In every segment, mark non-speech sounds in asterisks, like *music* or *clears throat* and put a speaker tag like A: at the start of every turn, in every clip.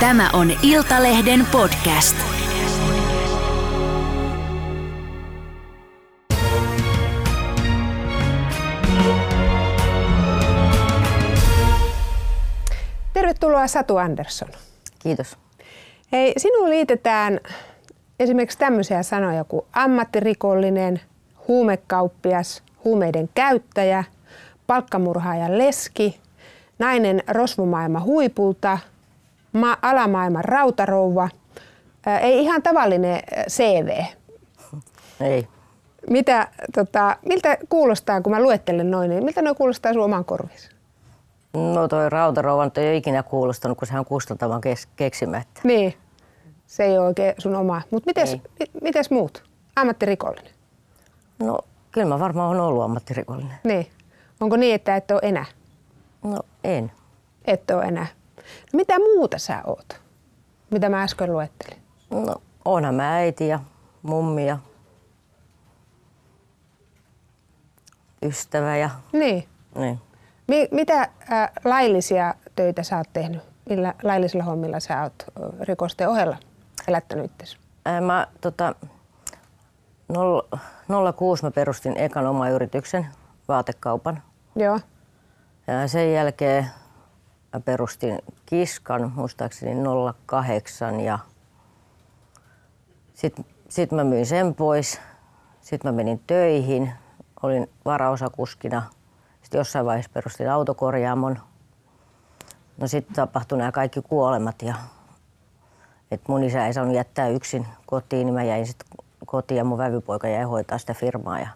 A: Tämä on Iltalehden podcast.
B: Tervetuloa Satu Andersson.
C: Kiitos.
B: Hei, sinuun liitetään esimerkiksi tämmöisiä sanoja kuin ammattirikollinen, huumekauppias, huumeiden käyttäjä, palkkamurhaajan leski, nainen rosvomaailma huipulta, ma- alamaailman rautarouva, Ää, ei ihan tavallinen ää, CV.
C: Ei.
B: Mitä, tota, miltä kuulostaa, kun mä luettelen noin, niin miltä ne kuulostaa sun oman korvissa?
C: No toi rautarouva nyt ei ole ikinä kuulostanut, kun sehän on kustantavan kes- keksimättä.
B: Niin, se ei ole oikein sun oma. Mutta mites,
C: Ei.
B: mi- mites muut? Ammattirikollinen.
C: No kyllä mä varmaan on ollut ammattirikollinen.
B: Niin. Onko niin, että et ole enää?
C: No en.
B: Et ole enää. No mitä muuta sä oot? Mitä mä äsken luettelin?
C: No onhan mä äiti ja mummi ja ystävä ja
B: Niin.
C: niin.
B: Mi- mitä ä, laillisia töitä sä oot tehnyt? Millä laillisilla hommilla sä oot ö, rikosten ohella elättänyt itsesi?
C: Ää, Mä tota, nolla- 06 mä perustin ekan oma yrityksen, vaatekaupan.
B: Joo.
C: Ja sen jälkeen mä perustin Kiskan, muistaakseni 08 ja sitten sit mä myin sen pois. Sitten mä menin töihin, olin varaosakuskina. Sitten jossain vaiheessa perustin autokorjaamon. No sitten tapahtui nämä kaikki kuolemat ja et mun isä ei saanut jättää yksin kotiin, niin mä jäin sitten kotiin ja mun vävypoika jäi hoitaa sitä firmaa. Ja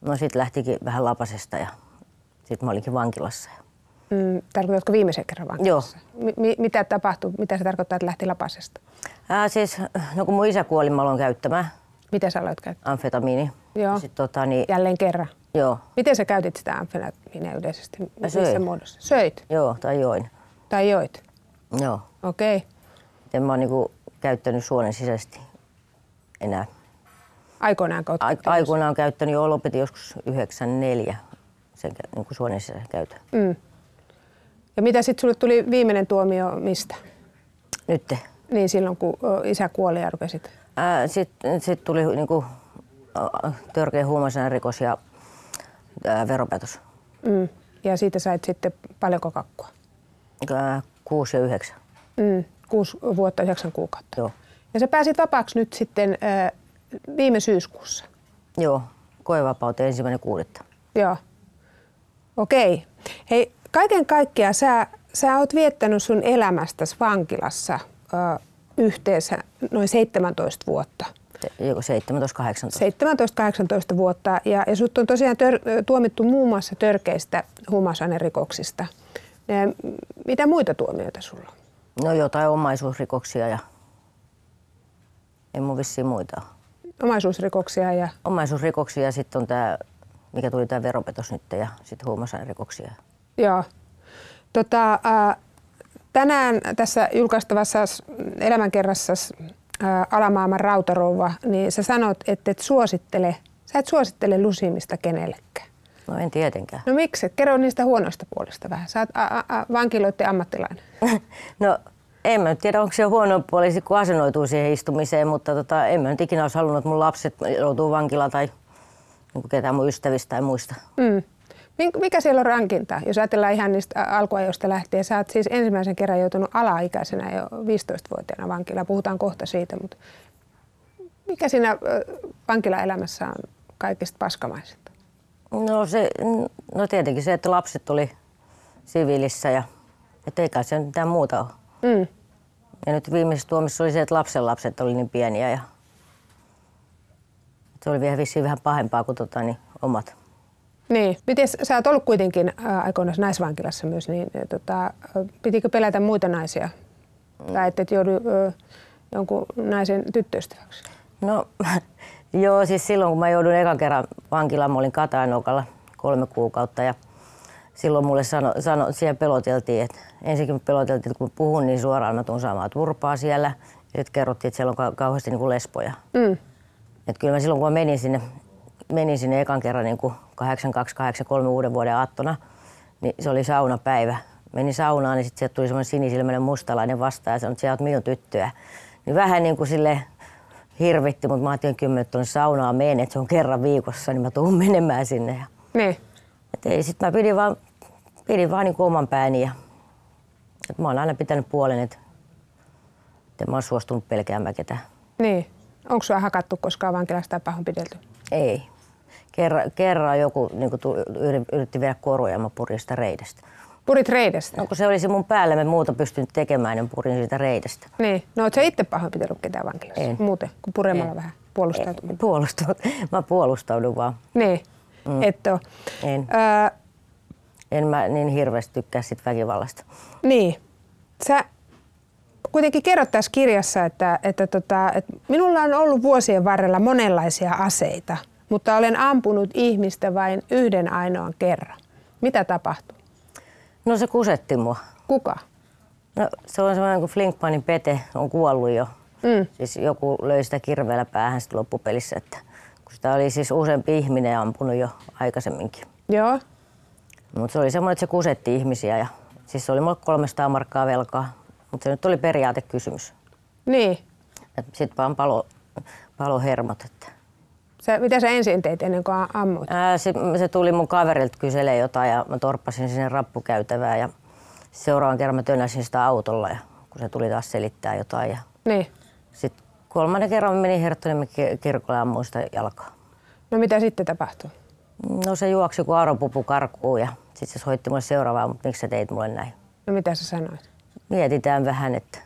C: no sitten lähtikin vähän lapasesta ja sitten mä olinkin vankilassa. Ja
B: Mm, tarkoitatko viimeisen kerran vankilassa? Mi- mi- mitä tapahtui? Mitä se tarkoittaa, että lähti lapasesta?
C: Ää, siis, no kun mun isä kuoli, mä aloin käyttämään
B: Mitä sä aloit käyttää?
C: amfetamiini.
B: Joo.
C: Sitten, tota, niin,
B: Jälleen kerran.
C: joo,
B: Miten sä käytit sitä amfetamiinia yleisesti? Missä
C: söin.
B: muodossa? Söit
C: joo, tai join.
B: tai joit?
C: Joo.
B: Okei. Okay.
C: En mä oon niinku käyttänyt suonen sisäisesti enää.
B: Aikoinaan kautta.
C: A- aikoinaan käyttänyt jo, lopetin joskus 94 sen kä- niinku suonen sisäisen käytön.
B: Ja mitä sitten sulle tuli viimeinen tuomio mistä?
C: Nyt
B: Niin silloin, kun ö, isä kuoli ja rupesit.
C: sitten sit tuli niinku, ä, törkeä huumausainerikos ja ää, veropäätös.
B: Mm. Ja siitä sait sitten paljonko kakkua?
C: Ää, kuusi ja yhdeksän.
B: Mm. Kuusi vuotta, yhdeksän kuukautta.
C: Joo.
B: Ja sä pääsit vapaaksi nyt sitten ö, viime syyskuussa.
C: Joo, koevapauteen ensimmäinen kuudetta.
B: Joo. Okei. Hei, kaiken kaikkiaan sä, sä oot viettänyt sun elämästäsi vankilassa ö, yhteensä noin 17 vuotta.
C: Se- Joko 17-18.
B: 17-18 vuotta ja, ja sut on tosiaan tör, tuomittu muun muassa törkeistä huumausainerikoksista. Ää, m- Mitä muita tuomioita sulla on?
C: No jotain omaisuusrikoksia ja en mun vissiin muita. ole.
B: Omaisuusrikoksia ja
C: Omaisuusrikoksia ja sitten on tämä, mikä tuli tämä veropetos nyt ja sitten huumausainerikoksia.
B: joo. Tota, ää, tänään tässä julkaistavassa s- elämänkerrassa s- ää, Alamaailman rautarouva, niin sä sanot, että et suosittele, sä et suosittele lusimista kenellekään.
C: No en tietenkään. *laughs*
B: No miksi? Kerro niistä huonoista puolista vähän. Sä oot a- a- a- vankiloiden ammattilainen.
C: No en mä nyt tiedä, onko se huono puoli, sit kun asennoituu siihen istumiseen, mutta tota, en mä nyt ikinä olisi halunnut, että mun lapset joutuu vankilaan tai niin ketään mun ystävistä tai muista.
B: Mm. Mink- Mikä siellä on rankinta? Jos ajatellaan ihan niistä ä, alkuajoista lähtien, sä oot siis ensimmäisen kerran joutunut alaikäisenä jo 15-vuotiaana vankilaan. Puhutaan kohta siitä, mutta mikä siinä ö, vankilaelämässä on kaikista paskamaisinta?
C: No, se, no tietenkin se, että lapset tuli siviilissä ja et eikä se nyt mitään muuta ole.
B: Mm.
C: Ja nyt viimeisessä tuomissa oli se, että lapsen lapset oli niin pieniä ja se oli vielä vissiin vähän pahempaa kuin tota, niin, omat.
B: Niin. Miten sä oot ollut kuitenkin ä, aikoinaan naisvankilassa myös, niin ä, tota, ä, pitikö pelätä muita naisia? Mm. Tai että et joudu ö, jonkun naisen tyttöystäväksi?
C: No *laughs* joo, siis silloin kun mä joudun ekan kerran vankilaan, mä olin Katainokalla kolme kuukautta ja silloin mulle sano, sano, siellä peloteltiin, että ensinnäkin me peloteltiin, että kun mä puhun niin suoraan, mä tuun saamaan turpaa siellä. Ja sitten kerrottiin, että siellä on kau- kauheasti niin kuin lesboja.
B: Mm.
C: Et kyllä mä silloin kun mä menin sinne, menin sinne ekan kerran niin 82-83 uuden vuoden aattona, niin se oli saunapäivä. meni saunaan, niin sitten sieltä tuli semmoinen sinisilmäinen mustalainen vastaan ja sanoi, että sä oot minun tyttöä. Niin vähän niin kuin sille hirvitti, mutta mä ajattelin, että kyllä mä nyt tuonne saunaan menen, että se on kerran viikossa, niin mä tuun menemään sinne. Ja,
B: Niin.
C: et ei, sit mä pidin vaan, pidin vaan niin oman pääni ja et mä oon aina pitänyt puolen, että et en mä oon suostunut pelkäämään ketään.
B: niin. Onko sua hakattu koskaan vankilasta tai pahoinpidelty?
C: Ei. Kerran, kerran joku niin tu, yri- yritti viedä koruja ja mä purin sitä reidestä.
B: Purit reidestä?
C: No, kun se olisi mun päällä, mä en muuta pystynyt tekemään, niin purin siitä reidestä.
B: Niin. No oot sä itse pahoinpidellyt ketään vankilassa?
C: En.
B: Muuten, kuin puremalla vähän puolustautumalla.
C: Puolustaudu. Mä puolustaudun vaan.
B: Niin. Mm. Et oo.
C: En.
B: Öö,
C: En mä niin hirveästi tykkää sit väkivallasta.
B: Niin. Sä kuitenkin kerrot tässä kirjassa, että, että, tota, että minulla on ollut vuosien varrella monenlaisia aseita, mutta olen ampunut ihmistä vain yhden ainoan kerran. Mitä tapahtui?
C: No se kusetti mua.
B: Kuka?
C: No, se on semmoinen kuin Flinkmanin Pete on kuollut jo.
B: Mm.
C: Siis joku löi sitä kirveellä päähän sitten loppupelissä. Että, kun sitä oli siis useampi ihminen ampunut jo aikaisemminkin.
B: Joo.
C: Mutta se oli semmoinen, että se kusetti ihmisiä. Ja, siis se oli mulle 300 markkaa velkaa. Mutta se nyt oli periaatekysymys.
B: Niin.
C: Sitten vaan palo, palo hermot. Että.
B: Sä, mitä sä ensin teit ennen kuin a- ammuit?
C: Ää, se, se, tuli mun kaverilta kyselee jotain ja mä torppasin sinne rappukäytävää. Ja seuraavan kerran mä tönäsin sitä autolla, ja, kun se tuli taas selittää jotain. Ja,
B: Niin.
C: Sitten kolmannen kerran mä menin Herttoniemen ki- kirkolle ja ammuin sitä jalkaa.
B: No mitä sitten tapahtui?
C: No se juoksi kuin aropupu karkuun ja sitten se soitti mulle seuraavaa, mutta miksi sä teit mulle näin?
B: No mitä sä sanoit?
C: Mietitään vähän, että,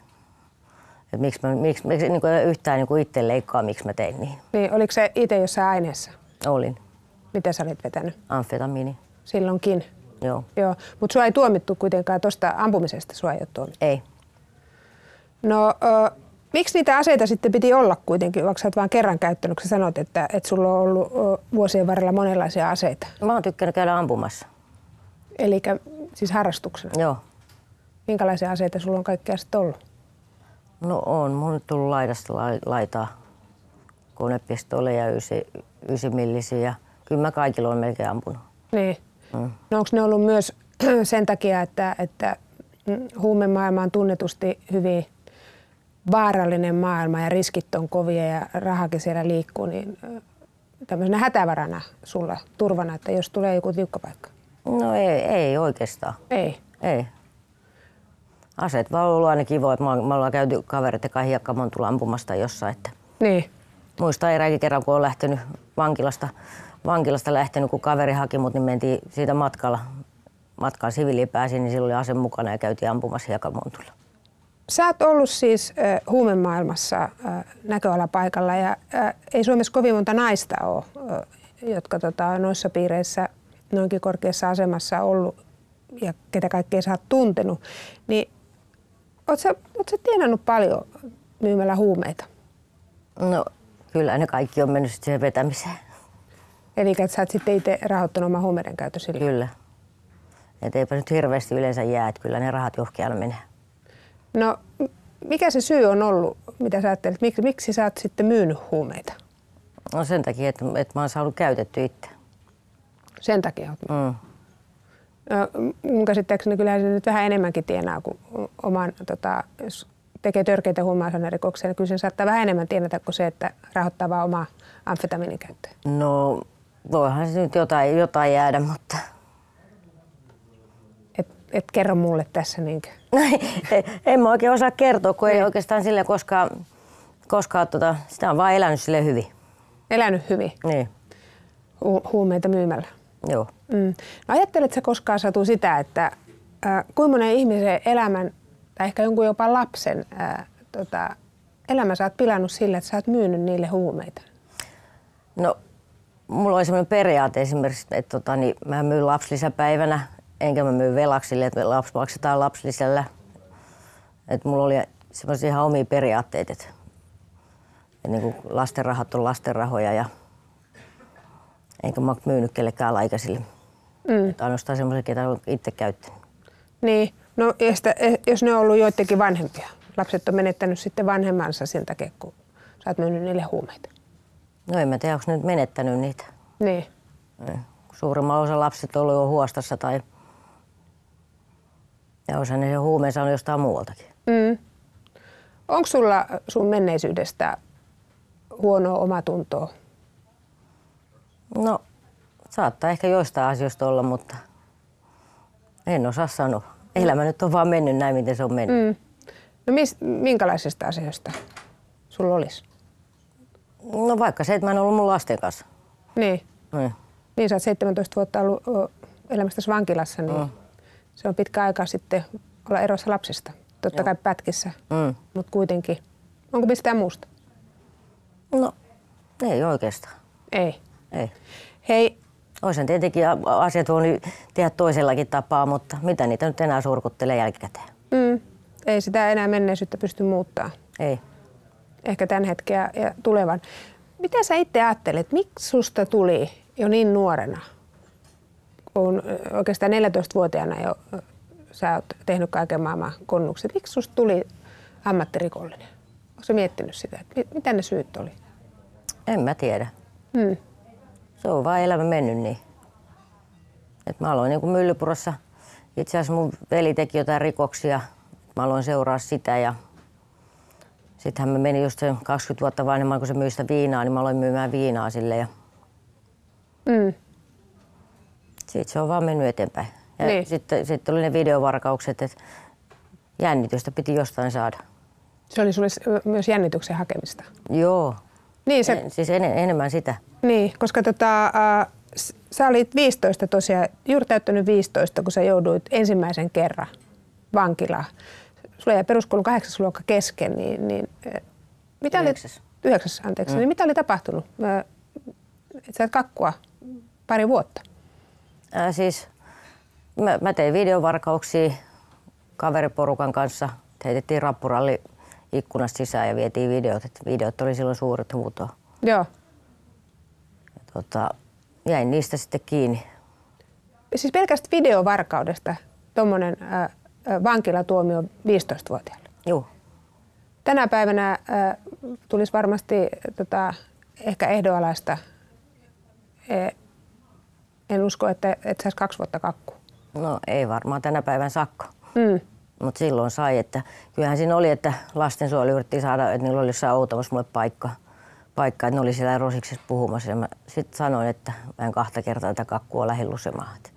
C: että miksi, mä, miksi, miksi niin kuin yhtään niin kuin itse leikkaa, miksi mä tein niin.
B: Niin, oliko se itse jossain aineessa?
C: Olin
B: Mitä sä olit vetänyt
C: amfetamiini,
B: silloinkin?
C: joo.
B: Joo, mutta sua ei tuomittu kuitenkaan tuosta ampumisesta, sua ei ole tuomittu.
C: Ei.
B: No, ö, miksi niitä aseita sitten piti olla kuitenkin, vaikka sä oot vain kerran käyttänyt, kun sä sanoit, että, että sulla on ollut ö, vuosien varrella monenlaisia aseita.
C: Mä oon tykkännyt käydä ampumassa,
B: Eli siis harrastuksena.
C: joo.
B: Minkälaisia aseita sulla on kaikkea sitten ollut?
C: No on, mun on tullut laidasta lai- laitaa konepistoleja, ysi, ysimillisiä. ja Kyllä mä kaikilla on melkein ampunut.
B: Niin. Mm. No onko ne ollut myös *clears throat* sen takia, että, että mm, huumemaailma on tunnetusti hyvin vaarallinen maailma ja riskit on kovia ja rahakin siellä liikkuu, niin ö, tämmöisenä hätävarana sulla turvana, että jos tulee joku tiukka paikka?
C: No ei, ei oikeastaan.
B: Ei.
C: Ei. Aseet vaan on ollut aina kivoa, että me ollaan- me ollaan käyty kavereiden kanssa hiekkamon tulla ampumasta jossain. Että
B: Niin.
C: muistan eräänkin kerran, kun olen lähtenyt vankilasta, vankilasta lähtenyt, kun kaveri haki mut, niin mentiin siitä matkalla. Matkalla siviiliin pääsin, niin silloin oli ase mukana ja käytiin ampumassa hiekamontulla.
B: Sä oot ollut siis äh, huumemaailmassa äh, näköalapaikalla ja äh, ei Suomessa kovin monta naista ole, äh, jotka tota, on noissa piireissä noinkin korkeassa asemassa ollut ja ketä kaikkea sä oot tuntenut. Niin oot sä, oot sä tienannut paljon myymällä huumeita?
C: No kyllä ne kaikki on mennyt sitten siihen vetämiseen.
B: Eli että sä oot sitten itse rahoittanut oman huumeiden käytön sillä.
C: Kyllä. Et eipä nyt hirveästi yleensä jää, että kyllä ne rahat johonkin aina menee.
B: No m- mikä se syy on ollut, mitä sä ajattelet, miksi, miksi sä oot sitten myynyt huumeita?
C: No sen takia, että, että mä oon saanut käytetty itse.
B: Sen takia oot
C: Mm.
B: No, mun käsittääkseni kyllähän se nyt vähän enemmänkin tienaa kuin oman, tota, jos tekee törkeitä huumausainerikoksia, niin kyllä sen saattaa vähän enemmän tienata kuin se, että rahoittaa vaan omaa amfetamiinin käyttöä.
C: No voihan se nyt jotain, jotain jäädä, mutta
B: Et, et kerro mulle tässä niinkö.
C: No, en mä oikein osaa kertoa, kun ei oikeastaan sillä koskaan, koskaan tota, sitä on vaan elänyt sille hyvin.
B: Elänyt hyvin
C: Niin,
B: hu- huumeita myymällä.
C: joo.
B: Mm. No ajattelet sä koskaan Satu sitä, että äh, kuinka monen ihmisen elämän, tai ehkä jonkun jopa lapsen äh, tota, elämä sä oot pilannut sillä, että sä oot myynyt niille huumeita?
C: No, mulla oli sellainen periaate esimerkiksi, että tota, niin, mä myyn lapsilisäpäivänä, enkä mä myy velaksille, että laps maksetaan lapsilisällä. Et mulla oli semmoisia ihan omia periaatteita, että et niin lasten rahat on lasten rahoja ja enkä mä oo myynyt kellekään alaikäisille. Mm. Et ainoastaan semmoisia, ketä on itse käyttänyt.
B: Niin, no ja sitä, jos ne on ollut joidenkin vanhempia. Lapset on menettänyt sitten vanhemmansa sen takia, kun sä oot myynyt niille huumeita.
C: No en mä tiedä, onko nyt menettänyt niitä.
B: Niin,
C: Suurimman osa lapset on ollut jo huostassa tai Ja osa ne sen huumeen saanut jostain muualtakin.
B: Mm. Onko sulla sun menneisyydestä huonoa omatuntoa?
C: No, saattaa ehkä joistain asioista olla, mutta en osaa sanoa. Elämä nyt on vaan mennyt näin, miten se on mennyt.
B: Mm. No mis, minkälaisista asioista sulla olisi?
C: No vaikka se, että mä en ollut mun lasten kanssa.
B: Niin.
C: Niin.
B: Niin, sä oot 17 vuotta ollut ö, elämästäsi vankilassa, niin
C: Mm.
B: se on pitkä aika sitten olla erossa lapsista. Totta kai pätkissä,
C: Mm.
B: mutta kuitenkin. Onko mistään muusta?
C: No, ei oikeastaan.
B: Ei.
C: Ei.
B: Hei,
C: Oisin tietenkin a- asiat voinut tehdä toisellakin tapaa, mutta mitä niitä nyt enää surkuttelee jälkikäteen?
B: mm, ei sitä enää menneisyyttä pysty muuttaa.
C: Ei.
B: Ehkä tämän hetkeä ja tulevan. Mitä sä itse ajattelet, miksi susta tuli jo niin nuorena? Kun ö, oikeastaan 14-vuotiaana jo ö, sä oot tehnyt kaiken maailman konnukset. Miksi susta tuli ammattirikollinen? Onko sä miettinyt sitä, että mi- mitä ne syyt oli?
C: En mä tiedä.
B: Mm.
C: Se on vaan elämä mennyt niin. Et mä aloin niin Myllypurossa. Itse asiassa mun veli teki jotain rikoksia. Mä aloin seuraa sitä ja sittenhän mä menin just sen 20 vuotta vanhemman, kun se myi sitä viinaa, niin mä aloin myymään viinaa sille ja
B: Mm.
C: siitä se on vaan mennyt eteenpäin. Ja
B: Niin.
C: sitten, sitten oli ne videovarkaukset, että jännitystä piti jostain saada.
B: Se oli sulle s- myös jännityksen hakemista.
C: Joo,
B: Niin,
C: se...
B: se,
C: siis en, enemmän sitä.
B: niin koska tota, äh, s- sä olit 15 tosiaan, juuri täyttänyt 15, kun sä jouduit ensimmäisen kerran vankilaan. Sulla jäi peruskoulun kahdeksas luokka kesken, niin, niin äh, mitä
C: Yhdeksäs.
B: oli... Yhdeksäs, anteeksi. Mm. Niin mitä oli tapahtunut? Äh, et sä et kakkua pari vuotta.
C: Ää, siis mä, mä tein videovarkauksia kaveriporukan kanssa. Heitettiin rappuralli ikkunasta sisään ja vietiin videot. Et videot oli silloin suuret huutoa.
B: Joo.
C: Ja Tota, jäin niistä sitten kiinni.
B: Siis pelkästä videovarkaudesta tuommoinen äh, äh, vankilatuomio 15-vuotiaalle.
C: Juu.
B: Tänä päivänä äh, tulisi varmasti äh, tota, ehkä ehdoalaista. E- En usko, että et saisi kaksi vuotta kakku.
C: No ei varmaan tänä päivän sakko.
B: Mm.
C: Mutta silloin sai, että kyllähän siinä oli, että lastensuojelu yritti saada, että niillä oli jossain outamassa mulle paikka, paikka, että ne oli siellä rosiksessa puhumassa. Ja mä sitten sanoin, että mä en kahta kertaa tätä kakkua lähin lusemaan. Et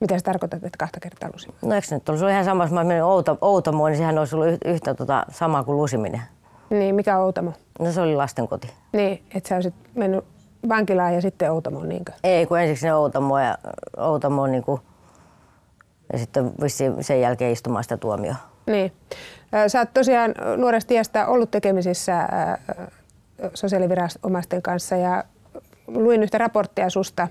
B: Mitä sä tarkoitat, että kahta kertaa lusi?
C: No eikö se nyt ollut? Se oli ihan sama, jos mä menin outa, Outamoon, niin sehän olisi ollut yh- yhtä tota, samaa kuin lusiminen.
B: Niin, mikä on Outamo?
C: No se oli lastenkoti.
B: Niin, että sä olisit mennyt vankilaan ja sitten Outamoon, niinkö?
C: Ei, kun ensiksi ne Outamoon ja, Outamoon niin kuin, ja sitten vissiin sen jälkeen istumaan sitä tuomioa.
B: Niin. Ö, Sä oot tosiaan ö, nuoresta iästä ollut tekemisissä ö, ö, sosiaaliviranomaisten kanssa ja luin yhtä raporttia susta.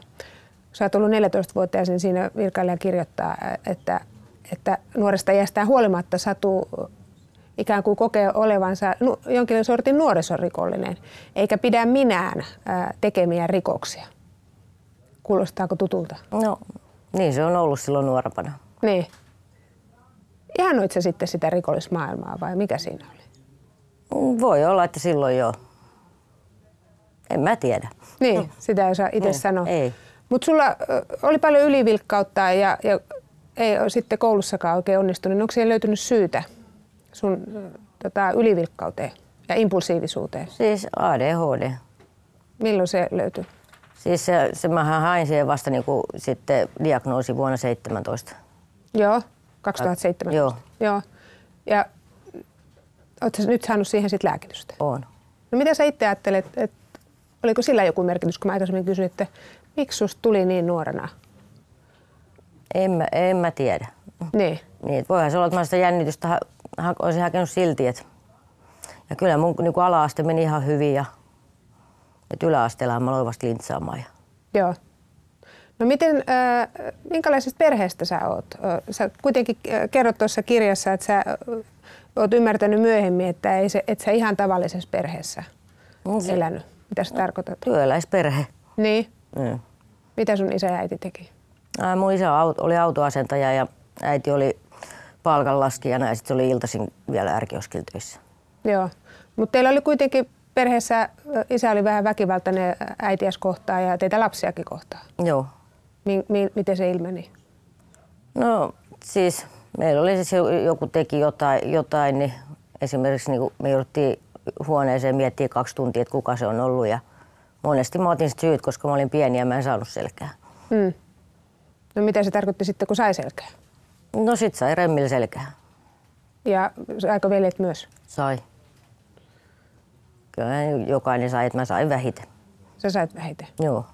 B: Sä oot ollut 14-vuotias, niin siinä virkailija kirjoittaa, ö, että, että nuoresta iästään huolimatta Satu ö, ikään kuin kokee olevansa nu- jonkin sortin nuorisorikollinen, eikä pidä minään ö, tekemiä rikoksia. Kuulostaako tutulta?
C: No niin se on ollut silloin nuorempana.
B: Niin. Ihannoit sä sitten sitä rikollismaailmaa vai mikä siinä oli?
C: Mm, Voi olla, että silloin joo. En mä tiedä.
B: Niin, sitä ei osaa itse
C: Niin,
B: sanoa.
C: ei.
B: Mutta sulla ö, oli paljon ylivilkkautta ja, ja ei ole sitten koulussakaan oikein onnistunut. Onko siellä löytynyt syytä sun ö, tota, ylivilkkauteen ja impulsiivisuuteen?
C: Siis ADHD.
B: Milloin se löytyi?
C: Siis se, se mähän hain siihen vasta niin kuin, sitten diagnoosi vuonna 17.
B: Joo, 2007.
C: Joo.
B: Joo. Ja oletko nyt saanut siihen sit lääkitystä?
C: On.
B: No mitä sä itse ajattelet, että oliko sillä joku merkitys, kun mä aikaisemmin kysyin, että miksi susta tuli niin nuorena?
C: En mä, en mä tiedä.
B: Niin.
C: Niin, et voihan se olla, että mä sitä jännitystä ha- ha- olisin hakenut silti. Et. Ja kyllä mun niin ala-aste meni ihan hyvin ja et yläasteella mä aloin vasta lintsaamaan. Ja.
B: Joo. No miten, äh, minkälaisesta perheestä sä oot? Ö, Sä kuitenkin äh, kerrot tuossa kirjassa, että sä äh, oot ymmärtänyt myöhemmin, että ei se, et sä ihan tavallisessa perheessä
C: Mm, se-
B: elänyt. Mitä sä tarkoitat?
C: Työläisperhe.
B: Niin.
C: Mm.
B: Mitä sun isä ja äiti teki?
C: Ää, Mun isä au- oli autoasentaja ja äiti oli palkanlaskijana ja sitten se oli iltaisin vielä ärkioskilla töissä.
B: Joo. Mutta teillä oli kuitenkin perheessä, äh, isä oli vähän väkivaltainen äh, äitiäs kohtaan ja teitä lapsiakin kohtaan.
C: Joo.
B: Mi- mi- miten se ilmeni?
C: No siis Meillä oli siis jo- joku teki jotain, jotain niin esimerkiksi niin me jouduttiin huoneeseen miettiä kaksi tuntia, että kuka se on ollut. Ja monesti mä otin sit syyt, koska mä olin pieni ja mä en saanut selkää.
B: Mm. No mitä se tarkoitti sitten, kun sai selkää?
C: No sit sai remmillä selkää.
B: Ja saiko veljet myös?
C: Sai. Kyllä jokainen sai, että mä sain vähiten.
B: Sä sait vähiten.
C: Joo.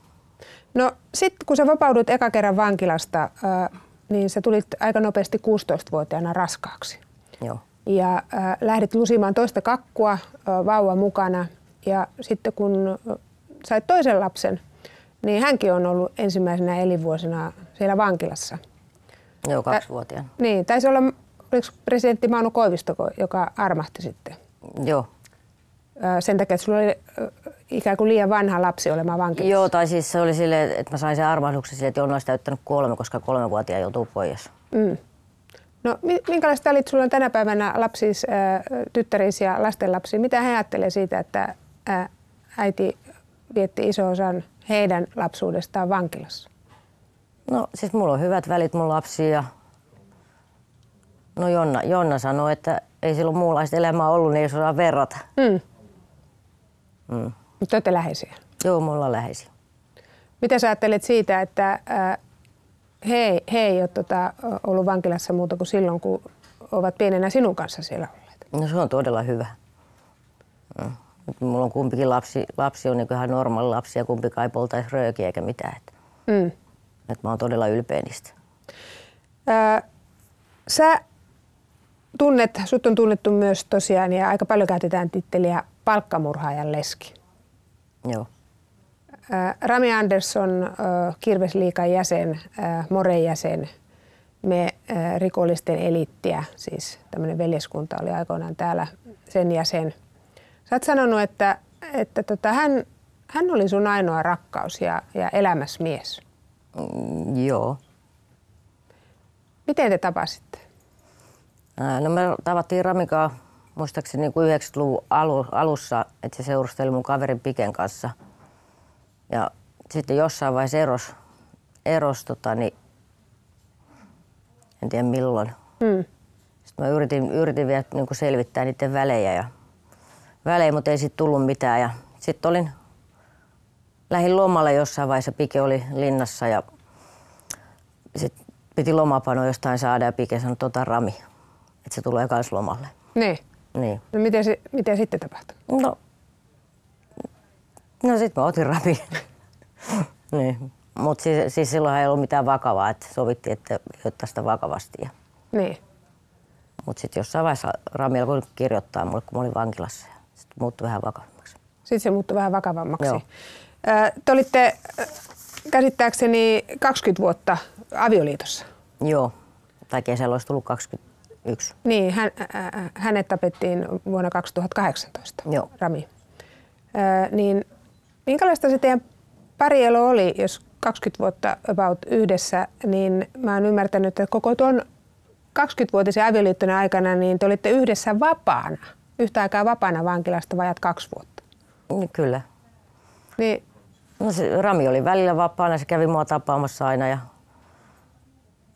B: No sitten kun sä vapaudut eka kerran vankilasta, ää, niin sä tulit aika nopeasti 16-vuotiaana raskaaksi.
C: Joo.
B: Ja ää, lähdit lusimaan toista kakkua ää, vauva mukana. Ja sitten kun ää, sait toisen lapsen, niin hänkin on ollut ensimmäisenä elinvuosina siellä vankilassa.
C: Joo, kaksivuotiaana.
B: Niin, taisi olla, oliko presidentti Mauno Koivisto, ko- joka armahti sitten?
C: Joo.
B: Ää, Sen takia, että sulla oli ää, ikään kuin liian vanha lapsi olemaan vankilassa.
C: Joo, tai siis se oli silleen, että mä sain sen armahduksen silleen, että Jonna olisi täyttänyt kolme, koska kolmevuotiaa joutuu pois.
B: Mm. No mi- minkälaista olit, sulla on tänä päivänä lapsis, ää, tyttärisi ja lastenlapsi. Mitä he ajattelee siitä, että ää, äiti vietti iso osan heidän lapsuudestaan vankilassa?
C: No siis mulla on hyvät välit mun lapsia. ja- No Jonna, Jonna sanoi, että ei silloin muunlaista elämää ollut, niin ei osaa verrata.
B: Mm.
C: Mm.
B: Mutta te olette läheisiä.
C: Joo, mulla on läheisiä.
B: Mitä sä ajattelet siitä, että ää, he, he ei ole tota, ollut vankilassa muuta kuin silloin, kun ovat pienenä sinun kanssa siellä olleet?
C: No se on todella hyvä. Mm. Nyt Mulla on kumpikin lapsi, lapsi on niin ihan normaali lapsi ja kumpikaan ei poltaisi röökiä eikä mitään. Et,
B: Mm.
C: et mä oon todella ylpeä niistä.
B: Ää, Sä tunnet, sut on tunnettu myös tosiaan ja aika paljon käytetään titteliä palkkamurhaajan leski.
C: Joo.
B: Ää, Äh, Rami Andersson, ää, Kirvesliikan jäsen, ää, Moren jäsen, me ää, rikollisten eliittiä, siis tämmöinen veljeskunta oli aikoinaan täällä sen jäsen. Sä oot sanonut, että, että tota, hän, hän oli sun ainoa rakkaus ja, ja elämäs mies.
C: Mm, joo.
B: Miten te tapasitte?
C: Ää, No me tavattiin Ramikaa muistaakseni niin kuin 90-luvun alu, alussa, että se seurusteli mun kaverin Piken kanssa. Ja sitten jossain vaiheessa eros, eros tota, niin, en tiedä milloin.
B: Mm.
C: Sitten mä yritin, yritin vielä niin kuin selvittää niiden välejä, ja, välejä mutta ei siitä tullut mitään. Ja sitten olin lähin lomalle jossain vaiheessa, Pike oli linnassa ja sitten piti lomapano jostain saada ja Pike sanoi, tota Rami, että se tulee kans lomalle.
B: Niin.
C: Niin.
B: No miten, se, miten sitten tapahtui?
C: No, no sit mä otin Rami. *laughs* niin. Mutta siis, siis silloin ei ollut mitään vakavaa, että sovittiin, että ei ottaa sitä vakavasti.
B: Niin.
C: Mutta sitten jossain vaiheessa Rami alkoi kirjoittaa mulle, kun mä olin vankilassa. Sitten muuttui vähän vakavammaksi.
B: Sitten se muuttui vähän vakavammaksi.
C: Joo.
B: Ö, Te olitte ö, käsittääkseni 20 vuotta avioliitossa.
C: Joo. Tai kesällä olisi tullut 21.
B: Niin, hän, ä, ä, hänet tapettiin vuonna 2018,
C: Joo.
B: Rami. Ö, niin minkälaista se teidän parielo oli, jos 20 vuotta about yhdessä, niin mä oon ymmärtänyt, että koko tuon 20-vuotisen avioliitton aikana, niin te olitte yhdessä vapaana, yhtä aikaa vapaana vankilasta vajat kaksi vuotta.
C: Niin Kyllä.
B: Niin
C: No se, Rami oli välillä vapaana, se kävi mua tapaamassa aina. Ja,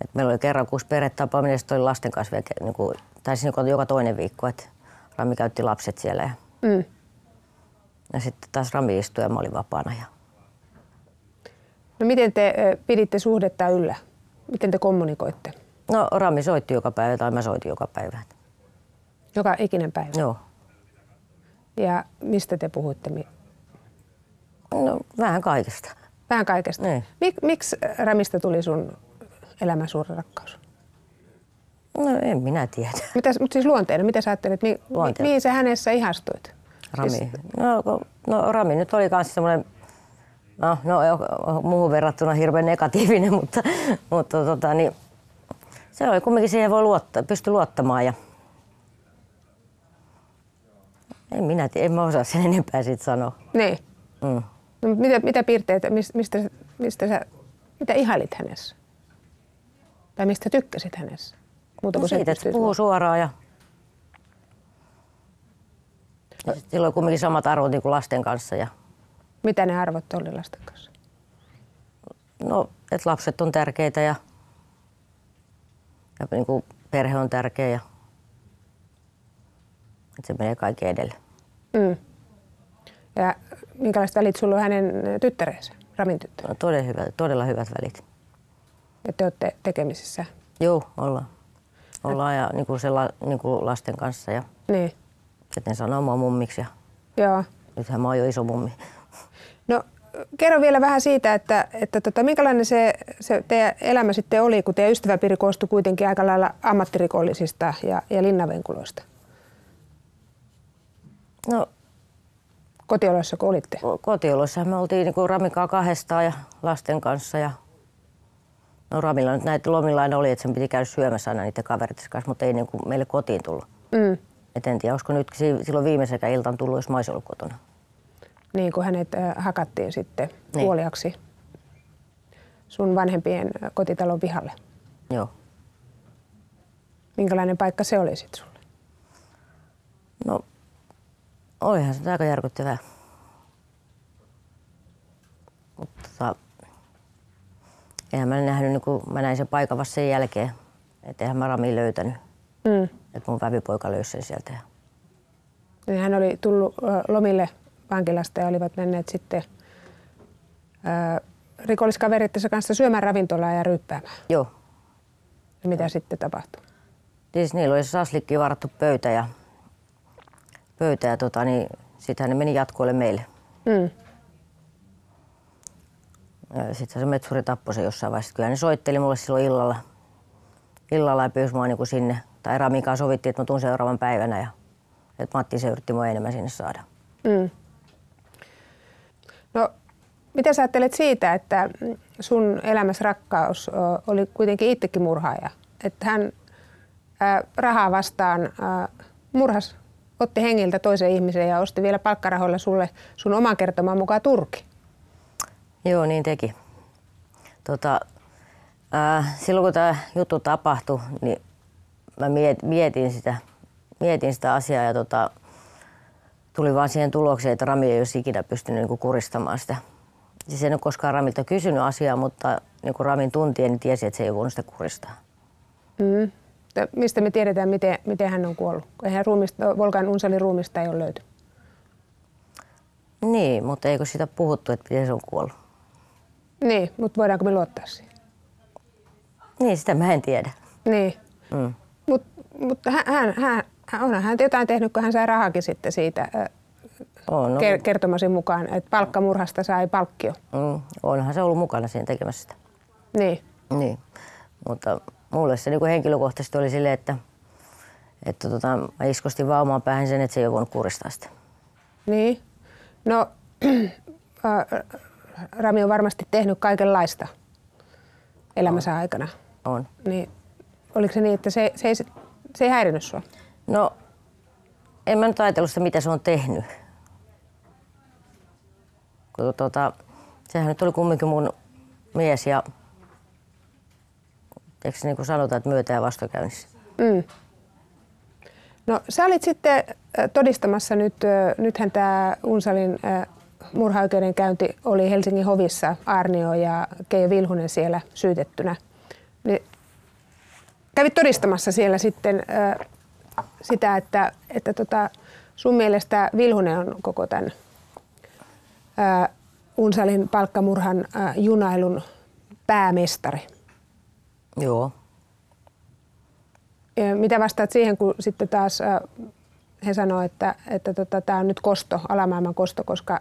C: et meillä oli kerran kuusi perhetapaaminen, ja sitten oli lasten kanssa vielä, niin kuin, tai siis niin joka toinen viikko. Et Rami käytti lapset siellä ja,
B: Mm.
C: ja sitten taas Rami istui ja mä olin vapaana. Ja,
B: No miten te ö, piditte suhdetta yllä? Miten te kommunikoitte?
C: no Rami soitti joka päivä tai mä soitin joka päivä. Et,
B: Joka ikinen päivä.
C: joo.
B: Ja mistä te puhuitte? Mi-
C: No vähän kaikesta.
B: Vähän kaikesta.
C: Niin.
B: Mik, miksi ö, Ramista tuli sun elämän suuri rakkaus?
C: No en minä tiedä.
B: Mitä, mutta siis luonteena, mitä sä ajattelet, mi, mi,
C: Luonteena.
B: mihin sä hänessä ihastuit? Siis,
C: Rami. No, kun- no Rami nyt oli myös semmoinen, no, no jo- muuhun verrattuna hirveän negatiivinen, *laughs* mutta, mutta tota, niin, se oli kumminkin siihen voi luottaa, pysty luottamaan ja en minä tiedä, en mä osaa sen enempää siitä sanoa.
B: Niin.
C: Mm.
B: No, mut mitä, mitä piirteitä, mis- mistä, sä- mistä sä, mitä ihailit hänessä? Tai mistä tykkäsit hänessä? Muuta
C: No
B: kuin sä
C: siitä, että
B: pystyit-
C: puhuu suoraan ja, ja sit sillä oli kumminkin samat arvot niin kuin lasten kanssa ja
B: Mitä ne arvot oli lasten kanssa?
C: No, että lapset on tärkeitä ja, ja niin kuin perhe on tärkeä ja että se menee kaikki edelle.
B: Mm. Ja minkälaiset välit sulla on hänen tyttärensä, Ramin tyttö?
C: On No, todella, hyvä, todella hyvät välit.
B: Että te olette tekemisissä.
C: Joo, ollaan. Ollaan ja niin kuin se la, niin kuin lasten kanssa ja
B: Niin,
C: sitten ne sanoo mua mummiksi ja
B: joo.
C: nythän mä oon jo iso mummi.
B: No kerro vielä vähän siitä, että, että tota, minkälainen se, se teidän elämä sitten oli, kun teidän ystäväpiiri koostui kuitenkin aika lailla ammattirikollisista ja, ja linnanvenkuloista
C: No
B: kotioloissa, kun olitte.
C: kotioloissa me oltiin niin Ramikaa kahdestaan ja lasten kanssa ja no Ramilla nyt näitä lomilla aina oli, että sen piti käydä syömässä aina niiden kaverit kanssa, mutta ei niin kuin meille kotiin tullut.
B: Mm.
C: Et en tiedä, olisiko nyt si- silloin viimeisenkään iltaan tullut, jos mä olisin ollut kotona.
B: Niin kuin hänet äh, hakattiin sitten
C: Niin.
B: kuoliaksi sun vanhempien äh, kotitalon pihalle.
C: Joo.
B: Minkälainen paikka se oli sitten sulle?
C: No, olihan se nyt aika järkyttävää. Mutta tota, eihän mä nähnyt, niin kuin mä näin sen paikan vasta sen jälkeen, että eihän mä Rami löytänyt.
B: Mm.
C: Että mun vävipoika löysi sen sieltä. Ja
B: Niin hän oli tullut ö, lomille vankilasta ja olivat menneet sitten ö, rikolliskaverittensä kanssa syömään ravintolaa ja ryppäämään.
C: Joo.
B: Ja Mitä sitten tapahtui?
C: Siis niillä oli se saslikki varattu pöytä ja, pöytä ja tota, niin sittenhän ne meni jatkoille meille.
B: Mm.
C: Sitten se metsuri tappoi sen jossain vaiheessa. Kyllä ne soitteli mulle silloin illalla. Illalla ja pyysi mua niinku sinne. Tai Ramin kanssa sovittiin, että mä tuun seuraavan päivänä. Ja, että Matti se yritti mua enemmän sinne saada.
B: Mm. No, mitä sä ajattelet siitä, että mm, sun elämässä rakkaus ö, oli kuitenkin itsekin murhaaja? Että hän ö, rahaa vastaan ö, murhas, otti hengiltä toisen ihmisen ja osti vielä palkkarahoilla sulle sun oman kertomaan mukaan turki.
C: Joo, niin teki. Tota, ää, silloin kun tämä juttu tapahtui, niin mä miet, mietin, sitä, mietin sitä asiaa ja tota, tuli vaan siihen tulokseen, että Rami ei olisi ikinä pystynyt niinku kuristamaan sitä. Siis en ole koskaan Ramilta kysynyt asiaa, mutta niinku Ramin tuntien niin tiesi, että se ei voinut sitä kuristaa.
B: Mm. Mutta Mistä me tiedetään, miten, miten hän on kuollut? kun Eihän ruumista, Volkan Unsalin ruumista ei ole löytynyt.
C: Niin, mutta eikö sitä puhuttu, että miten se on kuollut?
B: Niin, mutta voidaanko me luottaa siihen?
C: Niin, sitä mä en tiedä.
B: Niin.
C: Mm.
B: Mutta mut hän, hän, hän, onhan hän jotain tehnyt, kun hän sai rahakin sitten siitä ö,
C: On, no,
B: ker- kertomasi mukaan, että palkkamurhasta sai palkkio.
C: mm, onhan se ollut mukana siinä tekemässä sitä.
B: Niin.
C: Niin, mutta mulle se niinku henkilökohtaisesti oli silleen, että, että tota, mä iskostin vaan omaan päähän sen, että se ei ole voinut kuristaa sitä.
B: Niin. No, *clears throat* ö, Rami on varmasti tehnyt kaikenlaista elämänsä aikana.
C: On.
B: Niin, oliko se niin, että se, se, ei, se ei häirinyt sua?
C: No, en mä nyt ajatellut sitä, mitä se on tehnyt. Kun tota, sehän nyt oli kumminkin mun mies ja eikö se niin kuin sanotaan, että myötä ja vastokäynnissä.
B: Mm. No sä olit sitten ö, todistamassa nyt, ö, nythän tämä Unsalin ö, murhaoikeudenkäynti oli Helsingin hovissa, Arnio ja Keijo Vilhunen siellä syytettynä. Niin kävit todistamassa siellä sitten ö, sitä, että, että tota, sun mielestä Vilhunen on koko tämän ö, Unsalin palkkamurhan ö, junailun päämestari.
C: Joo.
B: Ja Mitä vastaat siihen, kun sitten taas äh, he sanoo, että tämä että tota, tää on nyt kosto, alamaailman kosto, koska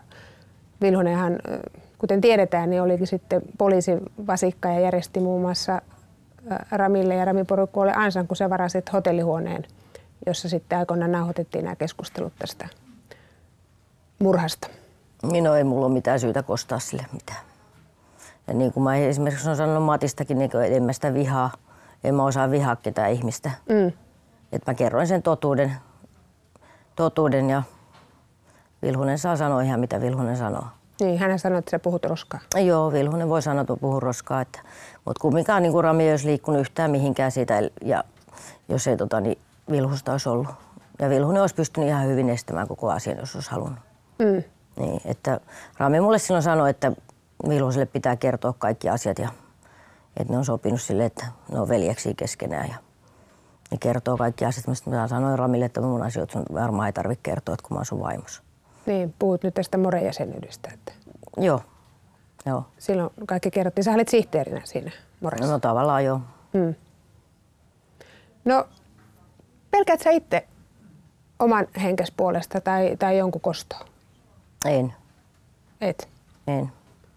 B: Vilhunenhan, äh, kuten tiedetään, niin olikin sitten poliisin vasikka ja järjesti muun muassa äh, Ramille ja Ramin porukuolle ansan, kun se varasi hotellihuoneen, jossa sitten aikoinaan nauhoitettiin nämä keskustelut tästä murhasta.
C: Minä ei mulla ole mitään syytä kostaa sille mitään. Ja niin kuin mä esimerkiksi olen sanonut Matistakin, niin en mä sitä vihaa, en mä osaa vihaa ketään ihmistä.
B: Mm.
C: Et mä kerroin sen totuuden, totuuden ja Vilhunen saa sanoa ihan mitä Vilhunen sanoo.
B: Niin, hän sanoi, että sä puhut roskaa.
C: Joo, Vilhunen voi sanoa, että puhun roskaa, että, mutta kumminkaan niin kuin Rami ei olisi liikkunut yhtään mihinkään siitä, el- ja jos ei tota, niin Vilhusta olisi ollut. Ja Vilhunen olisi pystynyt ihan hyvin estämään koko asian, jos olisi halunnut.
B: Mm.
C: Niin, että Rami mulle silloin sanoi, että Vilhuselle pitää kertoa kaikki asiat ja että ne on sopinut sille, että ne on veljeksiä keskenään ja Ja kertoo kaikki asiat, mistä mä sanoin Ramille, että mun asioita sun varmaan ei tarvitse kertoa, että kun mä oon sun vaimossa.
B: Niin, puhut nyt tästä More-jäsenyydestä. Että
C: Joo, joo.
B: silloin kaikki kerrottiin. Sä olit sihteerinä siinä Moressa.
C: No tavallaan joo.
B: Mm. No, pelkäät sä itse oman henkes puolesta tai, tai jonkun kostoa?
C: En,
B: Et.
C: en.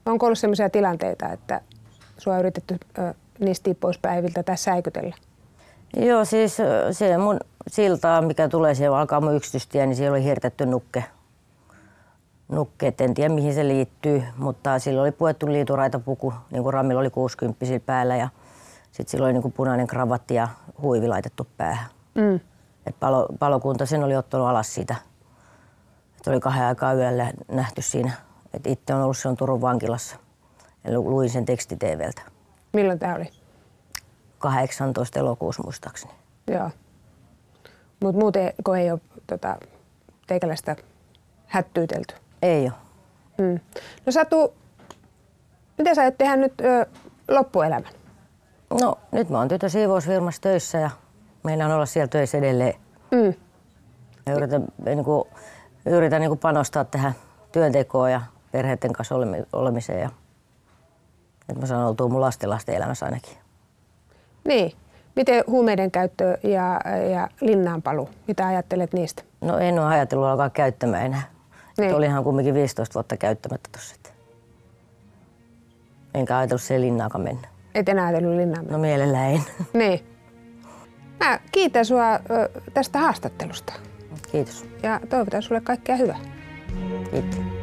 B: Onko ollut sellaisia tilanteita, että sua on yritetty ö, nistiä pois päiviltä tai säikytellä?
C: Joo, siis ö, se mun siltaa, mikä tulee siellä alkaa mun yksityistie, niin siellä oli hirtetty nukke. Nukke, et en tiedä mihin se liittyy, mutta sillä oli puettu liituraitapuku, niin kuin Ramilla oli 60 päällä ja sitten sillä oli niin kuin punainen kravatti ja huivi laitettu päähän.
B: Mm.
C: Et palo, palokunta sen oli ottanut alas sitä. Et oli kahden aikaa yöllä nähty siinä. Et itse on ollut silloin Turun vankilassa. Ja lu- luin sen teksti TVltä.
B: Milloin tämä oli?
C: 18. elokuussa muistaakseni.
B: Joo. Mutta muuten kun ei ole tota, teikäläistä hättyytelty.
C: Ei ole.
B: Mm. No Satu, mitä sä aiot tehdä nyt ö, loppuelämän?
C: No nyt mä oon tytön siivousfirmassa töissä ja meinaan olla siellä töissä edelleen.
B: Mm.
C: Ja yritän, niin kuin, yritän niin kuin panostaa tähän työntekoon ja perheiden kanssa olemi- olemiseen. Ja, että mä saan oltua mun lasten lasten elämässä ainakin.
B: Niin. Miten huumeiden käyttö ja, ja linnaanpalu? Mitä ajattelet niistä?
C: No en ole ajatellut alkaa käyttämään enää.
B: Niin.
C: Niin. Olihan kumminkin 15 vuotta käyttämättä tuossa. Enkä ajatellut siihen linnaakaan mennä.
B: Et enää ajatellut linnaan.
C: No mielellään en. *laughs*
B: Niin. Mä kiitän sua ö, tästä haastattelusta
C: Kiitos.
B: ja toivotan sulle kaikkea hyvää.
C: Kiitos.